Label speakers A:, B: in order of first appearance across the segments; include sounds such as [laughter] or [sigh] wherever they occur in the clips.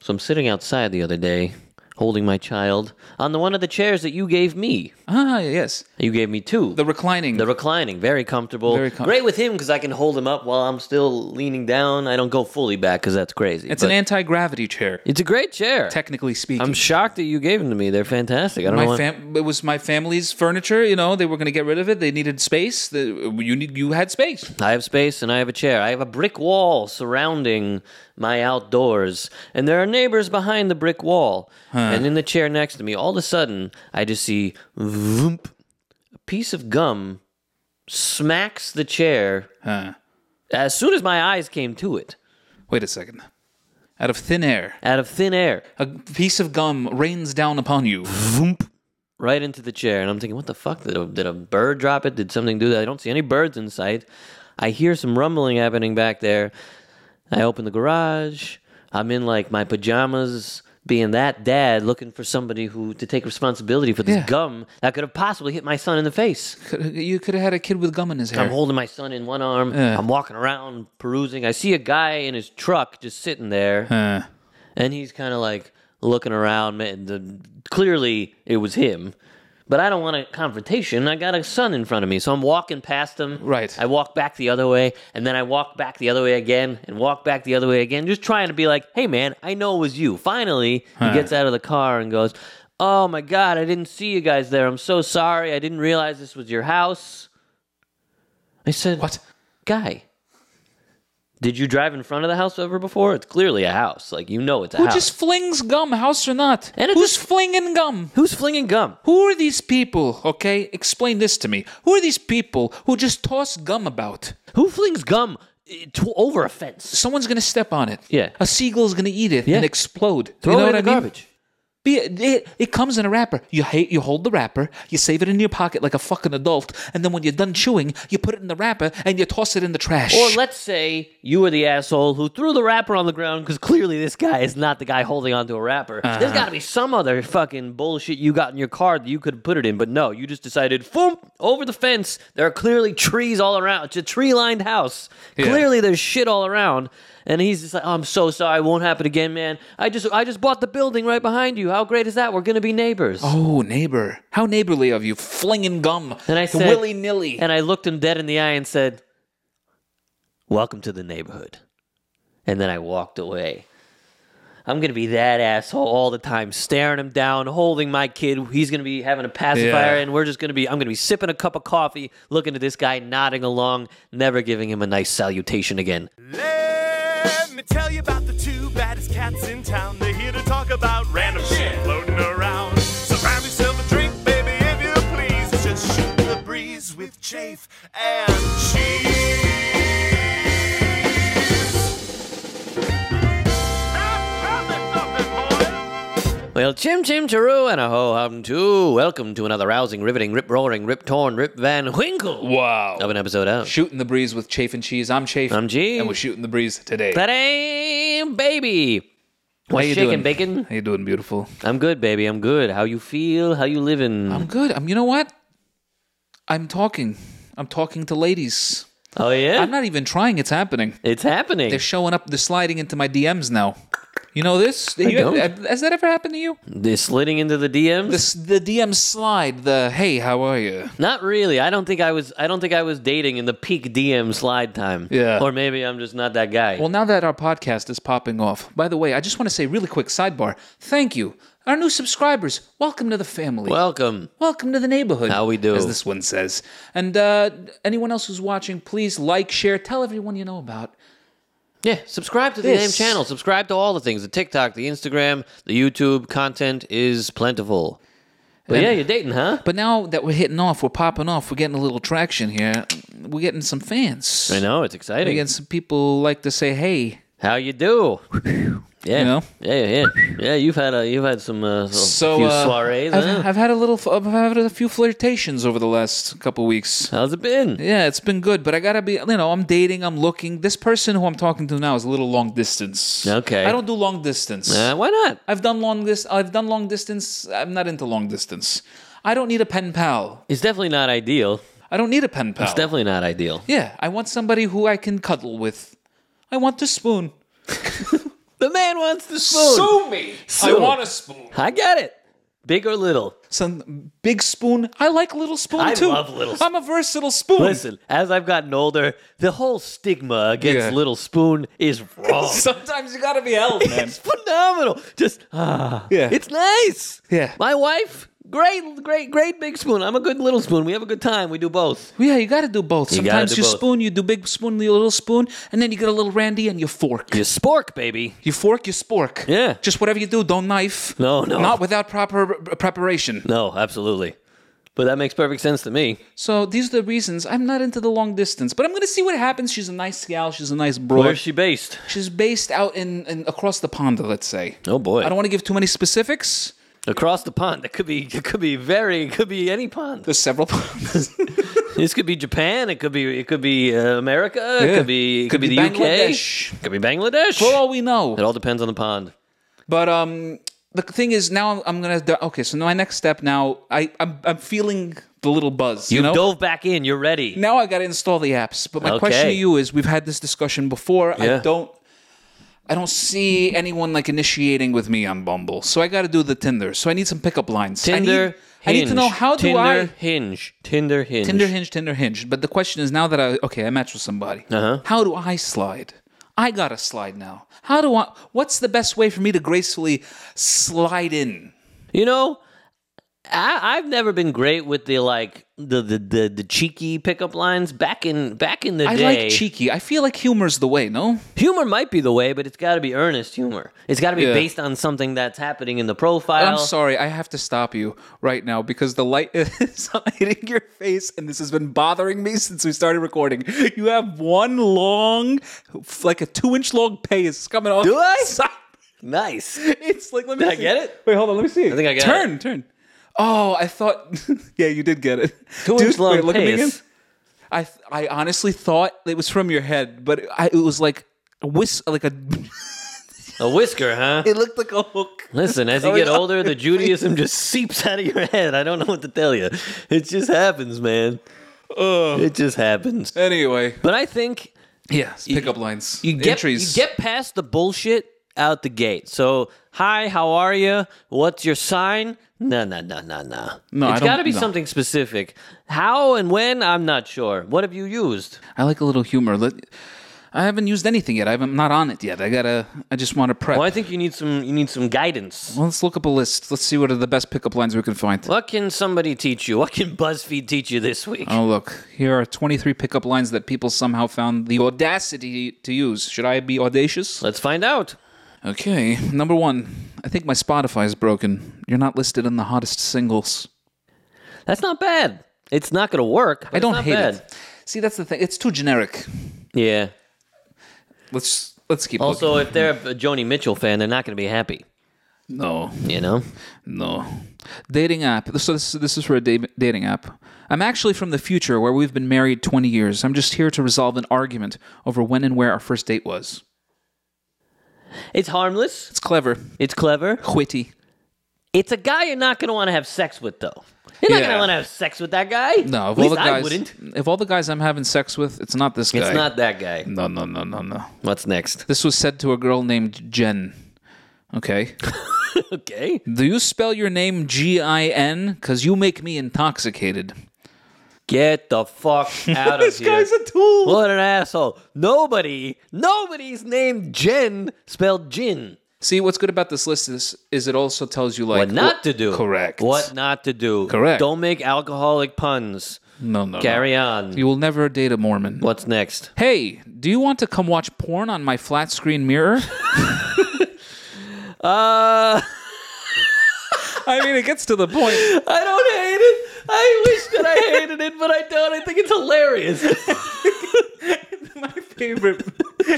A: So I'm sitting outside the other day, holding my child on the one of the chairs that you gave me.
B: Ah, yes.
A: You gave me two.
B: The reclining.
A: The reclining, very comfortable.
B: Very com-
A: Great with him because I can hold him up while I'm still leaning down. I don't go fully back because that's crazy.
B: it's
A: but
B: an anti gravity chair,
A: it's a great chair.
B: technically speaking.
A: I'm shocked that you gave them to me. They're fantastic. I don't know.
B: my
A: why-
B: fam- it was my family's furniture. You know, they were going to get rid of it. They needed space. The, you need, you had space.
A: I have space and I have a chair. I have a brick wall surrounding my outdoors, and there are neighbors behind the brick wall. And in the chair next to me, all of a sudden, I just see voomp, a piece of gum smacks the chair
B: Huh.
A: as soon as my eyes came to it
B: Wait a second. Out of thin air,
A: out of thin air.
B: a piece of gum rains down upon you.
A: right into the chair, and I'm thinking, what the fuck? Did a, did a bird drop it? Did something do that? I don't see any birds in sight. I hear some rumbling happening back there. I open the garage. I'm in like my pajamas, being that dad, looking for somebody who to take responsibility for this
B: Yeah.
A: gum that could have possibly hit my son in the face.
B: Could- You could have had a kid with gum in his hair.
A: I'm holding my son in one arm. I'm walking around perusing. I see a guy in his truck just sitting there,
B: Huh.
A: and he's kind of like looking around. ma- the- Clearly, it was him, but I don't want a confrontation. I got a son in front of me, so I'm walking past him.
B: Right.
A: I walk back the other way, and then I walk back the other way again, and walk back the other way again, just trying to be like, "Hey, man, I know it was you." Finally, he gets out of the car and goes. Oh my God, I didn't see you guys there. I'm so sorry. I didn't realize this was your house. I said,
B: What?
A: guy? Did you drive in front of the house ever before? It's clearly a house. Like you know, it's a
B: Who
A: house.
B: just flings gum, house or not?
A: And it
B: Who's
A: just-
B: flinging gum?
A: Who's flinging gum?
B: Who are these people? Okay, explain this to me. Who are these people who just toss gum about?
A: Who flings gum eh, to over a fence?
B: Someone's gonna step on it.
A: Yeah.
B: A seagull's gonna eat it and explode.
A: Throw
B: you know
A: it in
B: what I
A: the
B: mean?
A: garbage.
B: Be, it, it comes in a wrapper. You hate, you hold the wrapper, you save it in your pocket like a fucking adult, and then when you're done chewing, you put it in the wrapper and you toss it in the trash.
A: Or let's say you were the asshole who threw the wrapper on the ground because clearly this guy is not the guy holding onto a wrapper. There's got to be some other fucking bullshit you got in your car that you could have put it in, but no, you just decided, boom, over the fence. There are clearly trees all around. It's a tree lined house. Clearly there's shit all around. And he's just like, oh, I'm so sorry. It won't happen again, man. I just, I just bought the building right behind you. How great is that? We're going to be neighbors.
B: oh, neighbor, how neighborly of you, flinging gum
A: And I said-
B: willy nilly.
A: And I looked him dead in the eye and said, Welcome to the neighborhood. And then I walked away. I'm going to be that asshole all the time, staring him down, holding my kid. He's going to be having a pacifier,
B: Yeah.
A: and we're just going to be, I'm going to be sipping a cup of coffee, looking at this guy, nodding along, never giving him a nice salutation again.
C: Let me tell you about the two baddest cats in town. They're here to talk about random shit floating around. So grab yourself a drink, baby, if you please. Just shoot the breeze with Chafe and Cheese.
A: Well, chim chim chiroo and a ho hum too. Welcome to another rousing, riveting, rip roaring, rip torn, rip van winkle
B: wow.
A: of an episode of
B: Shooting the breeze with Chafe and Cheese. I'm Chafe.
A: I'm G.
B: And we're shooting the breeze today.
A: Today, baby.
B: How
A: What's
B: you
A: shaking
B: doing?
A: bacon?
B: How you doing, beautiful?
A: I'm good, baby. I'm good. How you feel? How you living?
B: I'm good. I'm. You know what? I'm talking. I'm talking to ladies.
A: oh yeah,
B: I'm not even trying. It's happening.
A: it's happening.
B: They're showing up. They're sliding into my DMs now. You know this? You- uh,
A: don't.
B: Has that ever happened to you?
A: They're slitting into the DMs.
B: This, the DM slide. The hey, how are you?
A: not really. I don't think I was. I don't think I was dating in the peak DM slide time.
B: Yeah.
A: Or maybe I'm just not that guy.
B: Well, now that our podcast is popping off, by the way, I just want to say really quick sidebar. Thank you, our new subscribers. Welcome to the family.
A: Welcome.
B: Welcome to the neighborhood.
A: How we do.
B: as this one says. And uh, anyone else who's watching, please like, share, tell everyone you know about.
A: Yeah. Subscribe to the
B: This-
A: damn channel. Subscribe to all the things: the TikTok, the Instagram, the YouTube. Content is plentiful. But
B: And-
A: yeah, you're dating, huh?
B: But now that we're hitting off, we're popping off, we're getting a little traction here. We're getting some fans.
A: I know it's
B: We're
A: exciting.
B: getting some people like to say, "Hey."
A: How you do?
B: [laughs]
A: Yeah,
B: You know?
A: yeah, yeah, yeah. You've had a, you've had some uh,
B: So
A: few
B: uh,
A: soirees.
B: I've,
A: huh?
B: I've had a little. f- I've had a few flirtations over the last couple weeks.
A: How's it been?
B: Yeah, it's been good, but I gotta be. You know, I'm dating. I'm looking. This person who I'm talking to now is a little long distance.
A: Okay.
B: I don't do long distance.
A: Uh, why not?
B: I've done long dis- I've done long distance. I'm not into long distance. I don't need a pen pal.
A: It's definitely not ideal.
B: I don't need a pen pal.
A: It's definitely not ideal.
B: yeah, I want somebody who I can cuddle with. I want to spoon.
A: The man wants the spoon.
B: me. I
A: Sue.
B: want a spoon.
A: I get it. Big or little.
B: Some big spoon. I like little spoon
A: I
B: too.
A: love little
B: I'm a versatile spoon.
A: Listen, as I've gotten older, the whole stigma against
B: Yeah.
A: Little Spoon is [laughs] wrong.
B: [laughs] Sometimes you gotta be
A: [laughs]
B: held, man.
A: it's phenomenal. Just ah,
B: Yeah.
A: it's nice.
B: Yeah.
A: my wife, great, great, great big spoon. I'm a good little spoon. We have a good time. We do both.
B: yeah, you gotta do both.
A: gotta
B: Sometimes
A: do
B: you
A: both.
B: spoon, you do big spoon, you little spoon, and then you get a little randy and you fork.
A: You spork, baby.
B: You fork, you spork.
A: Yeah.
B: Just whatever you do, don't knife.
A: No, no.
B: Not without proper uh, preparation.
A: No, absolutely. But that makes perfect sense to me.
B: So these are the reasons I'm not into the long distance, but I'm gonna see what happens. She's a nice gal. She's a nice broad.
A: Where's she based?
B: She's based out in, in across the pond, let's say.
A: Oh boy,
B: I don't want to give too many specifics.
A: across the pond. That could be. It could be very. It could be any pond.
B: There's several
A: [laughs]
B: ponds. [laughs]
A: This could be Japan. It could be. It could be uh, America. It
B: Yeah.
A: could be. It could, be,
B: Could be
A: the
B: Bangladesh.
A: UK. Could be Bangladesh.
B: For all we
A: It
B: know.
A: all depends on the pond.
B: But um, the thing is, now I'm, I'm gonna. Okay, so my next step now, I I'm, I'm feeling the little buzz. You, know.
A: Dove back in. You're ready.
B: now I got to install the apps. But my question to
A: Okay.
B: you is: We've had this discussion before. I
A: Yeah.
B: don't. I don't see anyone like initiating with me on Bumble, so I got to do the Tinder. So I need some pickup lines. I need,
A: Tinder.
B: I need to
A: Hinge.
B: know how do
A: Tinder,
B: I
A: Hinge. Tinder. Hinge.
B: Tinder hinge, Tinder hinge. But the question is now that I okay, I match with somebody.
A: Uh-huh.
B: How do I slide? I gotta slide now. How do I? What's the best way for me to gracefully slide in?
A: You know, I, I've never been great with the like the the the, the cheeky pickup lines. Back in back in the
B: I
A: day,
B: like cheeky. I feel like humor's the way. No,
A: humor might be the way, but it's got to be earnest humor. It's got to be
B: Yeah.
A: based on something that's happening in the profile.
B: I'm sorry. I have to stop you right now because the light [laughs] is hitting your face, and this has been bothering me since we started recording. You have one long, like a two-inch long pay is coming off.
A: Do
B: [laughs]
A: I?
B: the side.
A: Nice.
B: It's like let me.
A: Did I
B: see.
A: get it?
B: Wait, hold on. Let me see. I
A: think I got
B: turn, it. Turn, turn. Oh, I thought. [laughs] yeah, you did get it.
A: Two
B: Dude,
A: inch long
B: wait, look at me again.
A: pace.
B: I th- I honestly thought it was from your head, but I, it was like a whis like a. [laughs]
A: A whisker, huh?
B: it looked like a hook.
A: Listen, as you
B: Coming
A: get
B: off
A: older,
B: your
A: the Judaism just [laughs] seeps out of your head. I don't know what to tell you. It just happens, man. It just happens.
B: Anyway,
A: But I think
B: yes, pickup lines.
A: you get
B: entries.
A: you get past the bullshit out the gate. So, hi, how are you? What's your sign? No, no, no, no, no.
B: No, I
A: it's
B: don't-
A: got to be
B: no.
A: something specific. How and when? I'm not sure. What have you used?
B: I like a little humor. Let, I haven't used anything yet. I haven't- I'm not on it yet. I gotta. I just want to prep.
A: Well, I think you need some you need some guidance.
B: Well, let's look up a list. Let's see what are the best pickup lines we can find.
A: What can somebody teach you? What can BuzzFeed teach you this week?
B: Oh, look, here are 23 pickup lines that people somehow found the audacity to use. Should I be audacious?
A: Let's find out.
B: Okay, number one, I think my Spotify is broken. You're not listed in the hottest singles.
A: That's not bad. It's not going to work. but
B: I
A: it's
B: don't
A: not
B: hate
A: bad.
B: it. See, that's the thing. It's too generic.
A: Yeah.
B: Let's let's keep
A: Also, if they're a Joni Mitchell fan, they're not going to be happy.
B: looking. No,
A: You know.
B: no. Dating app. So this this is for a da- dating app. I'm actually from the future where we've been married 20 years. I'm just here to resolve an argument over when and where our first date was.
A: It's harmless.
B: It's clever,
A: It's clever.
B: witty.
A: It's a guy you're not going to want to have sex with, though. You're not
B: Yeah.
A: going to want to have sex with that guy.
B: No,
A: At
B: of all
A: least
B: the guys,
A: I wouldn't.
B: if all the guys I'm having sex with, it's not this guy.
A: It's not that guy.
B: No, no, no, no, no.
A: What's next? [laughs]
B: This was said to a girl named Jen.
A: [laughs]
B: Okay.
A: Okay.
B: Do you spell your name G I N? Because you make me intoxicated.
A: Get the
B: [laughs]
A: fuck out of here.
B: a tool.
A: What an asshole. Nobody, nobody's named Jen spelled Jin.
B: See, what's good about this list is, is it also tells you like
A: What not to do.
B: Correct.
A: What not to do.
B: Correct.
A: Don't make alcoholic puns.
B: No, no. no.
A: Carry on. [laughs]
B: You will never date a Mormon.
A: What's next?
B: Hey, do you want to come watch porn on my flat screen mirror?
A: Uh,
B: [laughs] I mean, it gets to the point.
A: I don't hate it. I wish that I hated it, but I don't. I think it's hilarious. [laughs]
B: [laughs] My favorite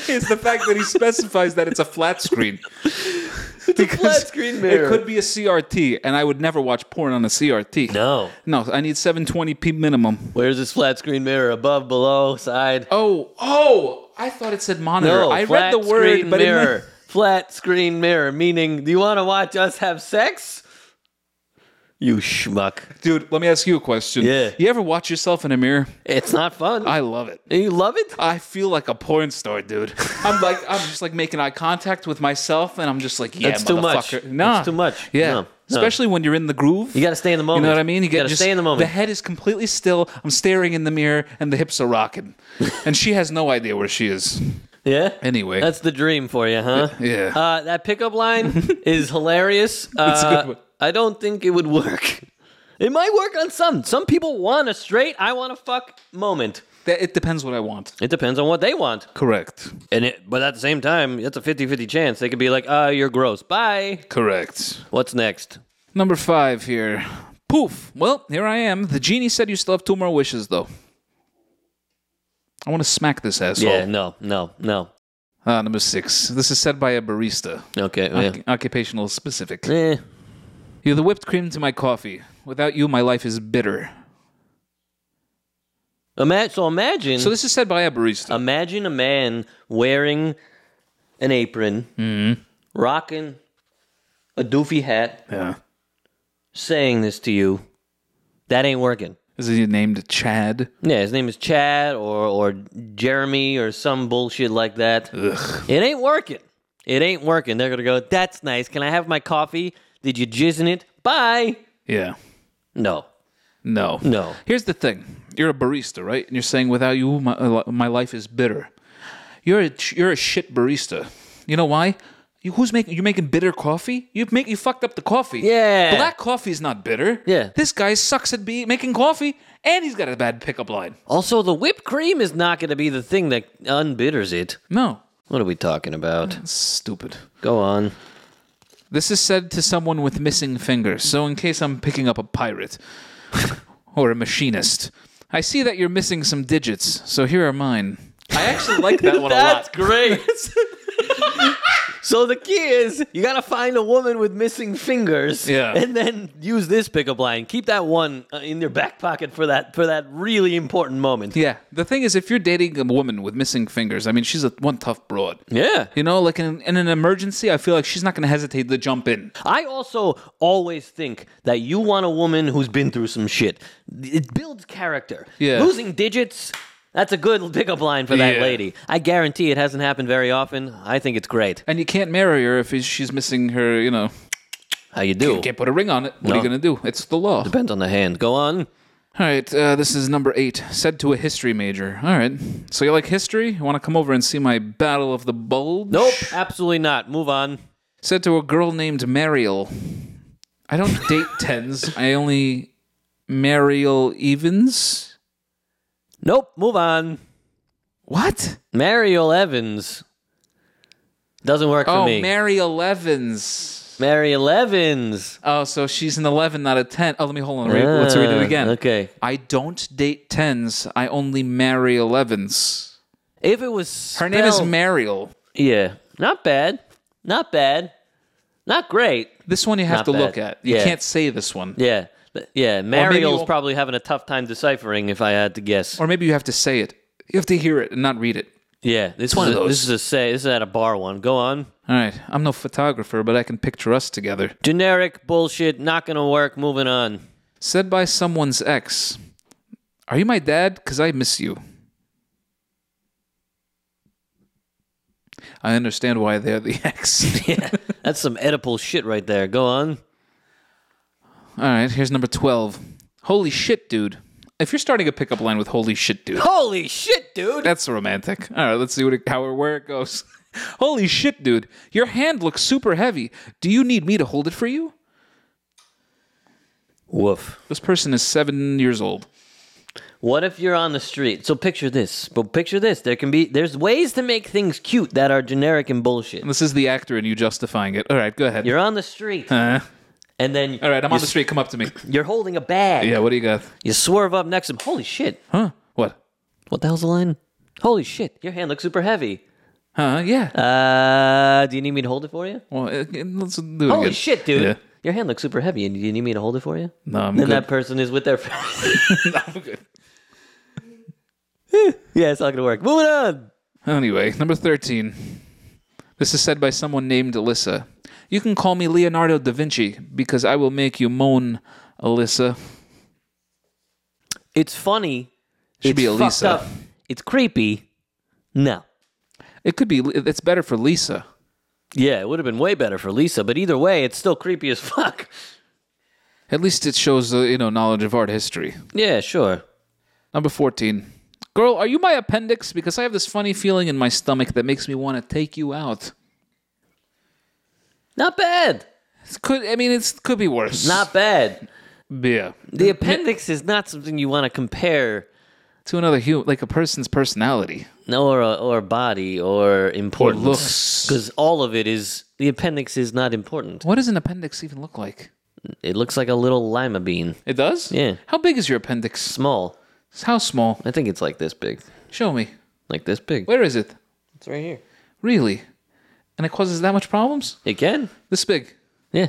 B: is the fact that he specifies that it's a flat screen. Because
A: flat screen mirror.
B: It could be a CRT, and I would never watch porn on a CRT.
A: No.
B: No, I need 720p minimum.
A: Where's this flat screen mirror? Above, below, side?
B: Oh, oh, I thought it said monitor. I read
A: flat
B: the word,
A: screen
B: but it
A: mirror.
B: meant,
A: flat screen mirror, meaning do you want to watch us have sex? You schmuck.
B: Dude, let me ask you a question.
A: Yeah.
B: You ever watch yourself in a mirror?
A: It's not fun.
B: I love it.
A: you love it?
B: I feel like a porn star, dude. [laughs] I'm like, I'm just like making eye contact with myself, and I'm just like, yeah,
A: That's too much.
B: motherfucker. Nah,
A: That's too much.
B: Yeah,
A: No, no.
B: especially when you're in the groove.
A: You got to stay in the moment.
B: You know what I mean?
A: You, got to
B: just-
A: stay in the
B: The
A: moment.
B: head is completely still. I'm staring in the mirror, and the hips
A: [laughs]
B: are rocking, and she has no idea where she is.
A: yeah.
B: Anyway.
A: that's the dream for you, huh?
B: Yeah.
A: Uh, that pickup
B: [laughs]
A: line is hilarious.
B: a good
A: Uh,
B: one.
A: I don't think it would work. It might work on some. Some people want a straight, I want a fuck moment.
B: That it depends what I want.
A: It depends on what they want.
B: Correct.
A: And it, but at the same time, it's a 50-50 chance. They could be like, "Uh, you're gross. Bye.
B: Correct.
A: What's next?"
B: Number five here. Poof. Well, here I am. The genie said you still have two more wishes, though. I want to smack this asshole.
A: Yeah, no, no, no.
B: Ah, number six. This is said by a barista.
A: Okay.
B: Occ- occupational specific.
A: yeah. Eh.
B: You're the whipped cream to my coffee. Without you, my life is bitter.
A: Ima- so imagine
B: So this is said by a barista.
A: imagine a man wearing an apron, rocking a doofy hat,
B: yeah.
A: saying this to you. That ain't working.
B: Is he named Chad?
A: Yeah, his name is Chad or or Jeremy or some bullshit like that. It ain't working. It ain't working. They're gonna go. That's nice. Can I have my coffee? Did you jizz in it? Bye.
B: Yeah.
A: No.
B: No.
A: No.
B: Here's the thing. You're a barista, right? And you're saying without you, my, uh, my life is bitter. You're a ch- you're a shit barista. You know why? You, who's making you making bitter coffee? You make you fucked up the coffee.
A: Yeah.
B: Black coffee is not bitter.
A: Yeah.
B: This guy sucks at be making coffee, and he's got a bad pickup line.
A: Also, the whipped cream is not going to be the thing that unbitters it.
B: No.
A: What are we talking about?
B: Stupid.
A: Go on.
B: This is said to someone with missing fingers, so in case I'm picking up a pirate [laughs] or a machinist, I see that you're missing some digits, so here are mine. I actually like that one
A: That's
B: a lot.
A: great. [laughs] so the key is you got to find a woman with missing fingers,
B: Yeah.
A: and then use this pickup line. Keep that one uh, in your back pocket for that for that really important moment.
B: Yeah, the thing is, if you're dating a woman with missing fingers, I mean, she's a one tough broad.
A: Yeah.
B: You know, like in, in an emergency, I feel like she's not going to hesitate to jump in.
A: I also always think that you want a woman who's been through some shit. It builds character.
B: Yeah.
A: Losing digits, that's a good pickup line for that
B: Yeah.
A: lady. I guarantee it hasn't happened very often. I think it's great.
B: And you can't marry her if she's missing her. You know,
A: How you do?
B: you can't put a ring on it. What are you
A: No.
B: going to do? It's the law.
A: Depends on the hand. Go on.
B: All right, uh, this is number eight, said to a history major. All right, so you like history? You want to come over and see my Battle of the Bulge?
A: Nope, absolutely not. Move on.
B: Said to a girl named Mariel. I
A: [laughs]
B: don't date tens. I only Mariel evens.
A: Nope, move on.
B: What?
A: Mariel Evans. Doesn't work for
B: oh,
A: me.
B: Mariel Evans.
A: Mariel Evans.
B: Oh, so she's an eleven, not a ten. Oh, let me hold on. Read, let's read it
A: Ah,
B: again.
A: okay.
B: I don't date tens. I only marry elevens.
A: If it was
B: Her name is
A: spelled-
B: Mariel.
A: Yeah. Not bad. Not bad. Not great.
B: This one you have
A: Not
B: to
A: bad.
B: look at. You
A: Yeah.
B: can't say this one.
A: Yeah. Th- Yeah.
B: maybe
A: Mariel's
B: we'll-
A: probably having a tough time deciphering if I had to guess.
B: or maybe you have to say it. You have to hear it and not read it.
A: yeah. This
B: one
A: is a,
B: of those.
A: This is a say. This is at a bar one. Go on.
B: All right, I'm no photographer, but I can picture us together.
A: Generic bullshit. Not going to work. Moving on.
B: Said by someone's ex, "Are you my dad? Cause I miss you." I understand why they're the [laughs] ex.
A: Yeah. That's some edible shit right there. Go on.
B: All right, here's number twelve. Holy shit, dude! If you're starting a pickup line with "Holy shit, dude,"
A: Holy shit, dude.
B: that's romantic. All right, let's see what it, how or where it goes. [laughs] Holy shit, dude! Your hand looks super heavy. Do you need me to hold it for you?
A: Woof.
B: This person is seven years old.
A: What if you're on the street? So picture this. But picture this. There can be there's ways to make things cute that are generic and bullshit.
B: This is the actor and you justifying it. All right, go ahead.
A: You're on the
B: [laughs]
A: street
B: Uh,
A: and then
B: all right, I'm on the street. Come up to me.
A: you're holding a bag.
B: Yeah, what do you got?
A: You swerve up next to him. Holy shit.
B: Huh? What?
A: What the hell's the line? Holy shit. Your hand looks super heavy.
B: Huh? Yeah.
A: Uh, do you need me to hold it for you?
B: well, uh, let's do it
A: Holy
B: again.
A: shit, dude.
B: Yeah.
A: Your hand looks super heavy. And do you need me to hold it for you?
B: No, I'm
A: then
B: good.
A: that person is with their
B: [laughs]
A: friend. [laughs] yeah, it's not going to work. Moving on.
B: Anyway, number 13. This is said by someone named Alyssa. You can call me Leonardo da Vinci because I will make you moan Alyssa.
A: It's funny.
B: Should
A: it's
B: be
A: fucked
B: Elisa.
A: up, It's creepy. No.
B: It could be. It's better for Lisa.
A: Yeah, it would have been way better for Lisa, but either way, it's still creepy as [laughs] fuck.
B: At least it shows uh, you know knowledge of art history.
A: Yeah, sure.
B: Number fourteen. Girl, are you my appendix? Because I have this funny feeling in my stomach that makes me want to take you out.
A: Not bad.
B: It could I mean it's could be worse.
A: Not bad.
B: yeah.
A: The appendix is not something you want to compare
B: To another human, like a person's personality.
A: or or body or importance
B: looks.
A: because all of it is the appendix is not important.
B: What does an appendix even look like?
A: It looks like a little lima bean,
B: It does.
A: Yeah.
B: How big is your appendix?
A: small.
B: How small?
A: I think it's like this big,
B: Show me.
A: like this big.
B: Where is it?
A: It's right here.
B: Really? And it causes that much problems?
A: It can.
B: This big.
A: Yeah.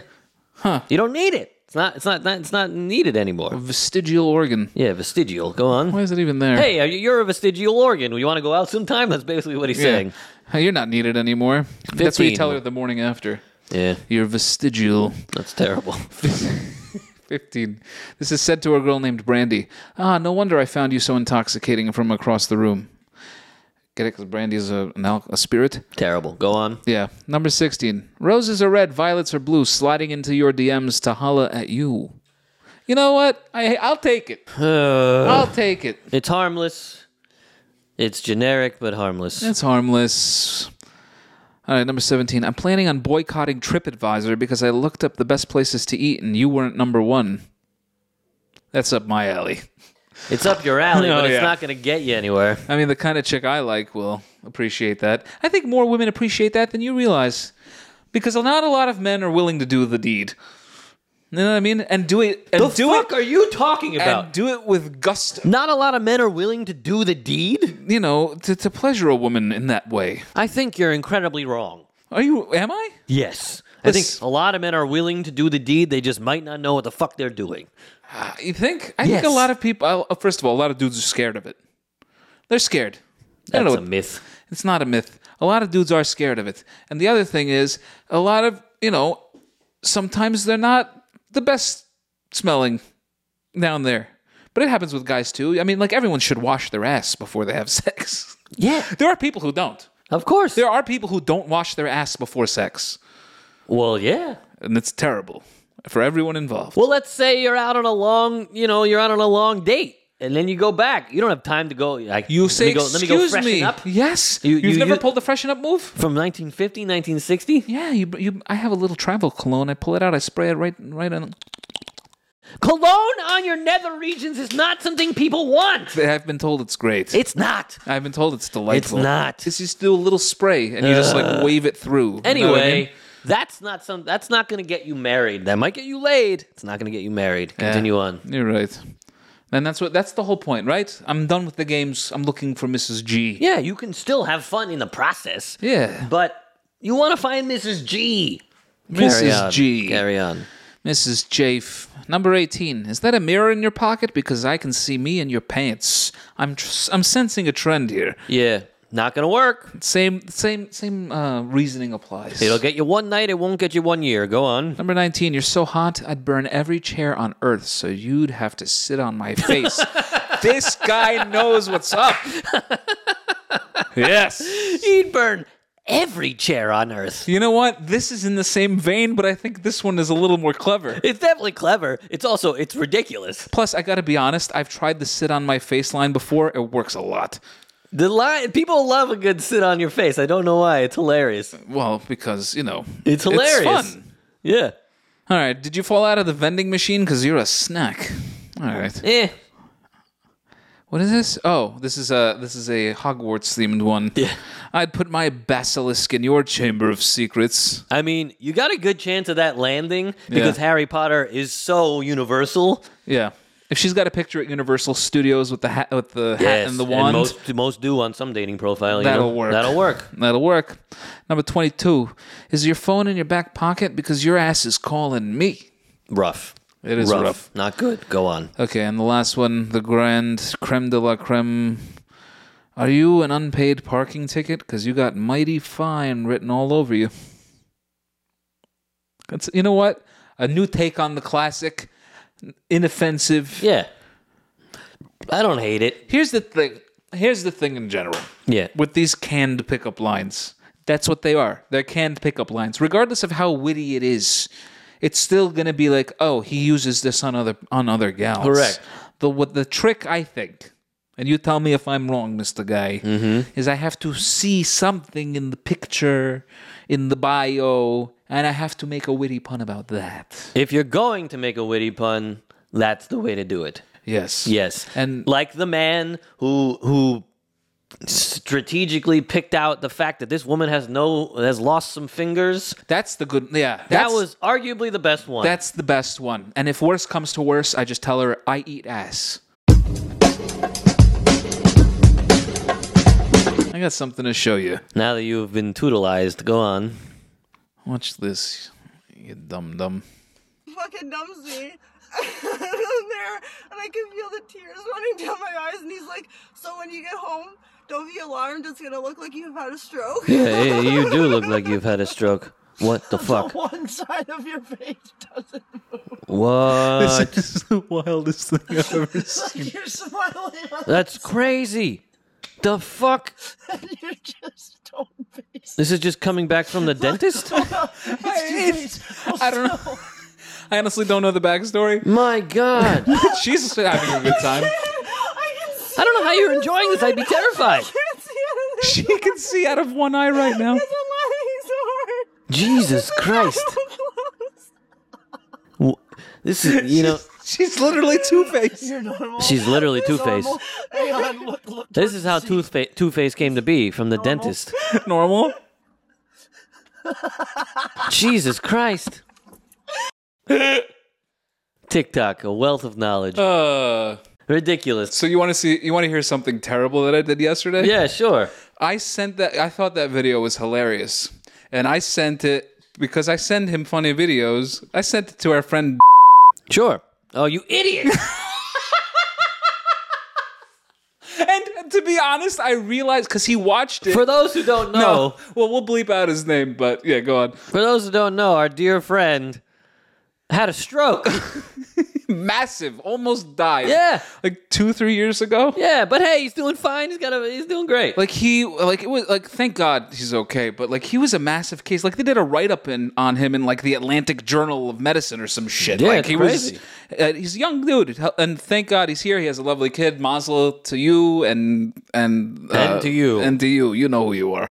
B: Huh.
A: You don't need it. It's not. It's not. not it's not needed anymore.
B: Vestigial organ.
A: Yeah, vestigial. Go on.
B: Why is it even there?
A: Hey, are you- you're a vestigial organ. You want to go out sometime? That's basically what he's
B: Yeah.
A: saying.
B: Hey, You're not needed anymore. That's what you
A: 15.
B: tell her the morning after.
A: Yeah,
B: You're vestigial.
A: that's terrible. [laughs]
B: 15. This is said to a girl named Brandy. Ah, no wonder I found you so intoxicating from across the room. Get it? Because Brandy is a, an al- a spirit?
A: terrible. Go on.
B: Yeah. Number 16. Roses are red, violets are blue, sliding into your DMs to holla at you. You know what? I, I'll take it. I'll take it.
A: It's harmless. It's generic but harmless.
B: That's harmless. All right, number 17. I'm planning on boycotting TripAdvisor because I looked up the best places to eat and you weren't number one. That's up my alley.
A: It's up your alley,
B: [laughs] Oh,
A: but it's
B: yeah.
A: not going to get you anywhere.
B: I mean, the kind of chick I like will appreciate that. I think more women appreciate that than you realize because not a lot of men are willing to do the deed. You know what I mean? And do it. And do it.
A: are you talking
B: and do it with gusto.
A: Not a lot of men are willing to do the deed.
B: You know, to, to pleasure a woman in that way.
A: I think you're incredibly wrong.
B: Are you? Am I?
A: Yes. I
B: This-
A: think a lot of men are willing to do the deed. They just might not know what the fuck they're doing.
B: You think? I think
A: Yes.
B: a lot of people. I- First of all, a lot of dudes are scared of it. They're scared. I don't
A: That's
B: know
A: a myth.
B: It's not a myth. A lot of dudes are scared of it. And the other thing is, a lot of, you know, sometimes they're not the best smelling down there. But it happens with guys too. I mean, like everyone should wash their ass before they have [laughs] sex.
A: Yeah,
B: There are people who don't.
A: of course.
B: There are people who don't wash their ass before sex.
A: Well, yeah.
B: And it's terrible for everyone involved.
A: Well, let's say you're out on a long, you know, you're out on a long date, and then you go back. You don't have time to go. Like,
B: you
A: let me
B: say,
A: go, let
B: excuse
A: me go freshen
B: me.
A: up.
B: Yes.
A: You-
B: You, have
A: you-
B: never
A: you-
B: pulled the freshen up move?
A: From 1950, 1960?
B: Yeah. You, you, I have a little travel cologne. I pull it out. I spray it right, right on.
A: Cologne on your nether regions is not something people want.
B: I've been told it's great.
A: It's not.
B: I've been told it's delightful.
A: not. Uh,
B: It's just do a little spray and you just like wave it through. You know
A: Anyway,
B: what I mean?
A: that's not some. That's not going to get you married. That might get you laid. It's not going to get you married.
B: Yeah.
A: Continue on.
B: You're right. And that's what that's the whole point, right? I'm done with the games. I'm looking for Mrs. G.
A: Yeah, you can still have fun in the process,
B: Yeah.
A: but you want to find Mrs. G. Carry
B: Mrs.
A: on.
B: G.
A: Carry on.
B: Mrs. Jafe. Number 18. Is that a mirror in your pocket because I can see me in your pants? I'm tr- I'm sensing a trend here.
A: Yeah, not going to work.
B: Same same same uh, reasoning applies.
A: It'll get you one night, it won't get you one year. Go [laughs] on.
B: Number 19, you're so hot, I'd burn every chair on earth, so you'd have to sit on
A: [laughs]
B: my face. this guy knows what's up. yes.
A: He'd burn every chair on earth.
B: You know what? This is in the same vein, but I think this one is a little more clever.
A: It's definitely clever. It's also it's ridiculous.
B: Plus, I gotta be honest, I've tried the sit on my face line before, it works a lot.
A: The line people love a good sit on your face. I don't know why. It's hilarious.
B: Well, because, you know,
A: It's hilarious.
B: fun.
A: Yeah.
B: All right, did you fall out of the vending machine? Because you're a snack. All right.
A: Eh.
B: What is this? Oh, this is a this is a Hogwarts themed one.
A: Yeah.
B: I'd put my basilisk in your chamber of secrets.
A: I mean, you got a good chance of that landing because
B: Yeah.
A: Harry Potter is so universal.
B: Yeah. If she's got a picture at Universal Studios with the hat with the hat and the wand,
A: most most do on some dating profile. you
B: That'll
A: know?
B: work.
A: That'll work.
B: that'll work. Number 22 is your phone in your back pocket because your ass is calling me.
A: Rough.
B: It is rough.
A: Not good. Go on.
B: Okay, and the last one, the grand creme de la creme. Are you an unpaid parking ticket? Because you got mighty fine written all over you. That's, you know what? A new take on the classic. inoffensive.
A: Yeah. I don't hate it.
B: Here's the thing. Here's the thing in general.
A: Yeah.
B: With these canned pickup lines, that's what they are. They're canned pickup lines, regardless of how witty it is. It's still gonna be like, oh, he uses this on other on other gals.
A: Correct.
B: The what the trick I think, and you tell me if I'm wrong, Mister Guy, is I have to see something in the picture, in the bio, and I have to make a witty pun about that.
A: If you're going to make a witty pun, that's the way to do it.
B: Yes.
A: Yes.
B: And-
A: like the man who who strategically picked out the fact that this woman has no has lost some fingers.
B: That's the good. Yeah.
A: That
B: that's-
A: was arguably the best one.
B: That's the best one. And if worse comes to worse, I just tell her I eat ass. I got something to show you.
A: now that you've been tutelized, go on.
B: Watch this, you dumb dumb.
D: fucking dumpsy. and I'm [laughs] there, and I can feel the tears running down my eyes. And he's like, "So when you get home, don't be alarmed. It's gonna look like you've had a stroke." [laughs]
A: Yeah, yeah, you do look like you've had a stroke. What the fuck?
D: One side of your face doesn't.
A: What?
B: This is Uh, the [laughs] wildest thing I've [laughs] ever seen.
D: Like you're smiling, [laughs]
A: That's crazy. The fuck?
D: and you're just don't face.
A: This is just coming back from the dentist?
B: I don't know. I honestly don't know the backstory.
A: My god.
B: She's having a good time.
D: I can see.
A: I don't know how you're enjoying this. I'd be terrified.
D: I can see it. It's
B: She can see out of one eye right now.
D: a lot.
A: Jesus
D: He's
A: Christ.
D: so [laughs] close.
A: W- This is, you know,
B: She's literally two faced.
A: she's literally Two Face.
D: Hang on, look, look.
A: This is how Two Face came to be from the dentist.
B: Normal.
A: Jesus Christ. TikTok, a wealth of knowledge.
B: Uh.
A: Ridiculous.
B: So you want to see? You want to hear something terrible that I did yesterday?
A: Yeah, sure.
B: I sent that. I thought that video was hilarious, and I sent it because I send him funny videos. I sent it to our friend.
A: Sure. Oh, you idiot.
B: And to be honest, I realized because he watched it.
A: For those who don't know,
B: Well, we'll bleep out his name, but yeah, go on.
A: for those who don't know, our dear friend had a stroke.
B: Massive, almost died.
A: Yeah.
B: like two, three years ago.
A: Yeah, but hey, he's doing fine. He's got a, he's doing great.
B: Like he, like it was, like thank God he's okay. But like he was a massive case. Like they did a write up in on him in like the Atlantic Journal of Medicine or some shit.
A: Yeah,
B: like
A: it's
B: he
A: crazy.
B: was, uh, he's a young dude, and thank God he's here. He has a lovely kid. Mazel to you, and and uh,
A: And to you.
B: and to you. You know who you are.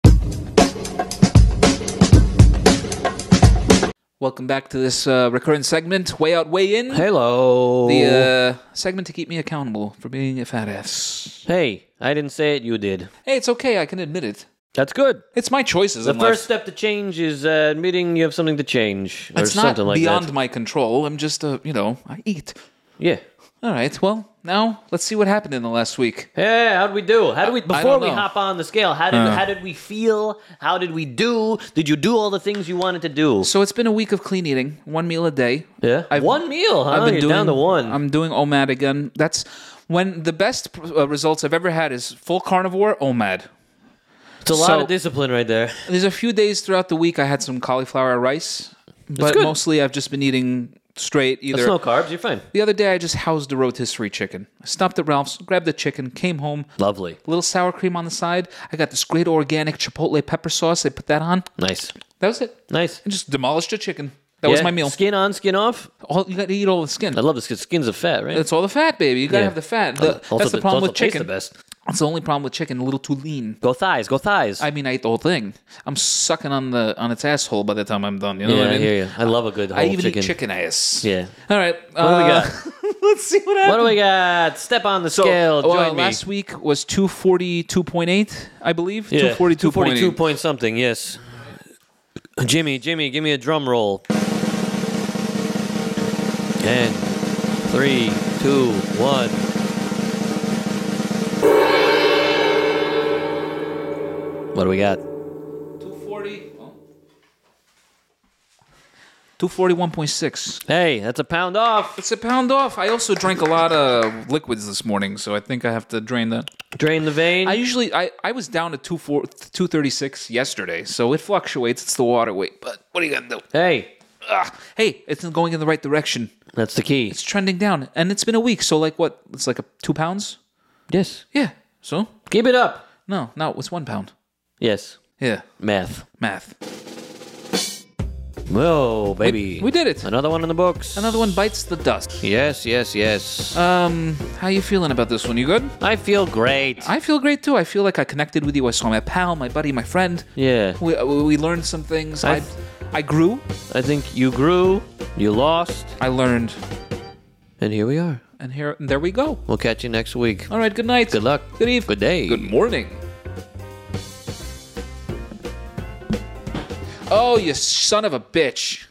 B: Welcome back to this uh, recurrent segment, way out, way in.
A: Hello.
B: The uh, segment to keep me accountable for being a fat ass.
A: hey, I didn't say it. You did.
B: Hey, it's okay. I can admit it.
A: That's good.
B: It's my choices.
A: The
B: in life.
A: first step to change is uh, admitting you have something to change or
B: It's not
A: something like
B: beyond
A: that.
B: my control. I'm just a, you know, I eat.
A: Yeah.
B: All right. Well, now let's see what happened in the last week.
A: Yeah, how did we do? How did we
B: I- I
A: before
B: don't
A: we
B: know.
A: hop on the scale? How did how did we feel? How did we do? Did you do all the things you wanted to do?
B: So it's been a week of clean eating, one meal a day.
A: Yeah,
B: I've-
A: one meal. Huh?
B: I've been
A: You're
B: doing
A: down to one.
B: I'm doing OMAD again. That's when the best uh, results I've ever had is full carnivore OMAD.
A: it's a lot
B: so-
A: of discipline right there.
B: There's a few days throughout the week I had some cauliflower rice, but
A: good.
B: mostly I've just been eating straight either
A: That's no carbs. You're fine.
B: The other day, I just housed a rotisserie chicken. I stopped at Ralph's, grabbed the chicken, came home.
A: Lovely.
B: Little sour cream on the side. I got this great organic chipotle pepper sauce. I put that on.
A: Nice.
B: That was it.
A: Nice.
B: I just demolished a chicken. That was
A: Yeah,
B: my meal.
A: Skin on, skin off.
B: All, you got to eat all the skin.
A: I love this because skin's a fat, right?
B: That's all the fat, baby. You got to
A: Yeah.
B: have the fat. The-
A: Also-
B: uh, that's the problem
A: also
B: with
A: tastes
B: chicken.
A: The best.
B: That's the only problem with chicken. A little too lean.
A: Go thighs. Go thighs.
B: I mean, I ate the whole thing. I'm sucking on the on its asshole by the time I'm done. You know
A: yeah,
B: what I
A: I
B: mean?
A: hear you. I love a good whole
B: I even
A: chicken.
B: eat chicken ass.
A: Yeah.
B: All right. uh, What
A: do we
B: we got? [laughs] let's see what happens.
A: What do we got? Step on the
B: So,
A: scale.
B: well,
A: Join me.
B: last week was 242.8, I believe.
A: Yeah, 242
B: 242.8.
A: point something, yes. Jimmy, Jimmy, give me a drum roll. And three, two, one. What do we got?
B: 240. oh. 241.6.
A: Hey, that's a pound off.
B: It's a pound off. I also drank a lot of liquids this morning, so I think I have to drain that.
A: Drain the vein.
B: I usually I, I was down to 24 236 yesterday, so it fluctuates. It's the water weight, but what are you gonna do?
A: hey,
B: ugh, hey, it's not going in the right direction.
A: That's the key.
B: It's trending down, and it's been a week. So like, what? It's like a two pounds.
A: Yes.
B: Yeah. So
A: Keep it up.
B: no, no, it's one pound.
A: Yes.
B: Yeah.
A: Math.
B: Math.
A: Whoa, baby.
B: We did it.
A: Another one in the books.
B: Another one bites the dust.
A: Yes, yes, yes.
B: Um, how you feeling about this one? You good?
A: I feel great.
B: I feel great too. I feel like I connected with you. I saw my pal, my buddy, my friend.
A: yeah.
B: We, uh, we learned some things. I,
A: I've-
B: I grew.
A: I think you grew, you lost,
B: I learned.
A: and here we are.
B: And here, and there we go.
A: We'll catch you next week.
B: All right. Good night.
A: Good luck.
B: Good evening.
A: Good day.
B: Good morning. Oh, you son of a bitch.